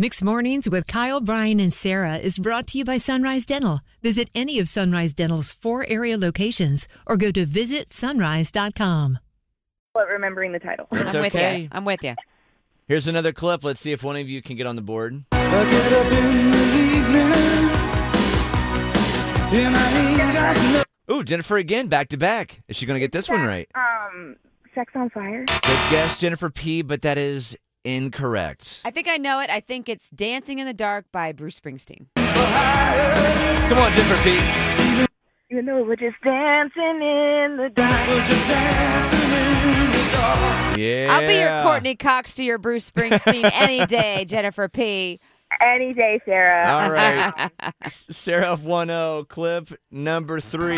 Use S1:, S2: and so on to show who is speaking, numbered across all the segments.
S1: Mixed Mornings with Kyle, Brian, and Sarah is brought to you by Sunrise Dental. Visit any of Sunrise Dental's four area locations or go to visitsunrise.com.
S2: but remembering the title.
S3: It's
S4: I'm with
S3: okay.
S4: you. I'm with you.
S3: Here's another clip. Let's see if one of you can get on the board.
S5: I get up in the evening and I ain't got no
S3: Ooh, Jennifer again, back to back. Is she going to get this one right?
S2: Um, Sex on Fire.
S3: Good guess, Jennifer P, but that is incorrect.
S4: I think I know it. I think it's Dancing in the Dark by Bruce Springsteen.
S3: Come on, Jennifer P.
S2: You know, we're just dancing in the dark.
S5: people just dancing in the dark.
S3: Yeah.
S4: I'll be your Courtney Cox to your Bruce Springsteen any day, Jennifer P.
S2: Any day, Sarah.
S3: All right. S- Sarah 10 clip number three.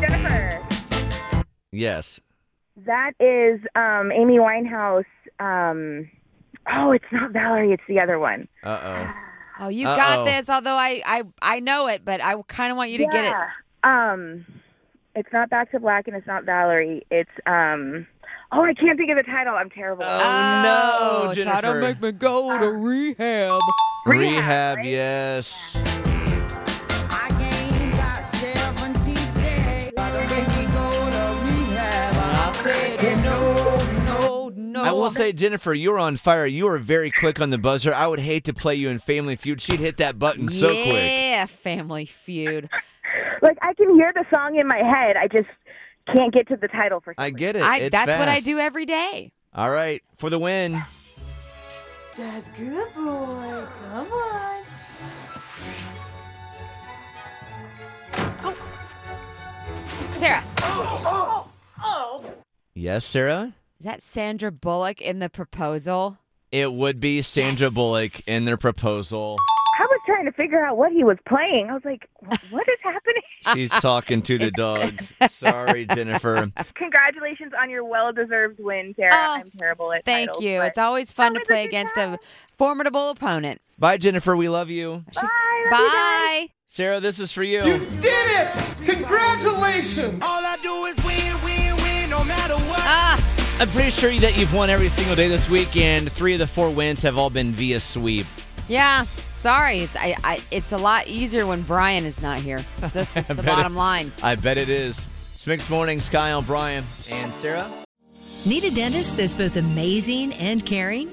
S2: Jennifer.
S3: Yes.
S2: That is um, Amy Winehouse. Um, oh, it's not Valerie. It's the other one.
S3: Uh
S4: Oh, you
S3: Uh-oh.
S4: got this. Although I, I, I know it, but I kind of want you to get it.
S2: Um, it's not Back to Black, and it's not Valerie. It's um. Oh, I can't think of the title. I'm terrible.
S3: Oh, no,
S4: try to
S3: Jennifer.
S4: make me go to rehab.
S3: oh. Rehab, yes.
S6: I gained about 17 days. Gotta make me go to rehab. I said no, no,
S4: Oh,
S6: no.
S3: I will say, Jennifer, you were on fire. You were very quick on the buzzer. I would hate to play you in Family Feud. She'd hit that button so quick.
S4: Yeah, Family Feud.
S2: Like I can hear the song in my head. I just can't get to the title for. Some
S3: I
S2: reason.
S3: get it.
S4: I,
S3: It's
S4: that's what I
S3: fast.
S4: do every day.
S3: All right, for the win.
S6: That's good, boy. Come on.
S4: Sarah,
S3: Yes, Sarah.
S4: is that Sandra Bullock in the proposal?
S3: It would be Sandra Bullock in their proposal.
S2: I was trying to figure out what he was playing. I was like, "Wh- what is happening?
S3: She's talking to the dog. Sorry, Jennifer.
S2: Congratulations on your well-deserved win, Sarah.
S4: Oh,
S2: I'm terrible at
S4: Thank
S2: titles,
S4: you.
S2: but-
S4: It's always fun
S2: That
S4: to
S2: was a
S4: play
S2: good
S4: against
S2: time.
S4: a formidable opponent.
S3: Bye, Jennifer. We love you.
S4: She's-
S2: Bye, love you guys.
S4: Bye.
S3: Sarah, this is for you.
S7: did it! Congratulations!
S5: All I do is win, win, win, no matter what.
S4: Ah,
S3: I'm pretty sure that you've won every single day this week, and three of the four wins have all been via sweep.
S4: yeah. Sorry, it's, I, I, it's a lot easier when Brian is not here. It's just- it's the bottom line.
S3: I bet it is. Smix Mornings, Kyle, Brian, and Sarah.
S1: Need a dentist that's both amazing and caring?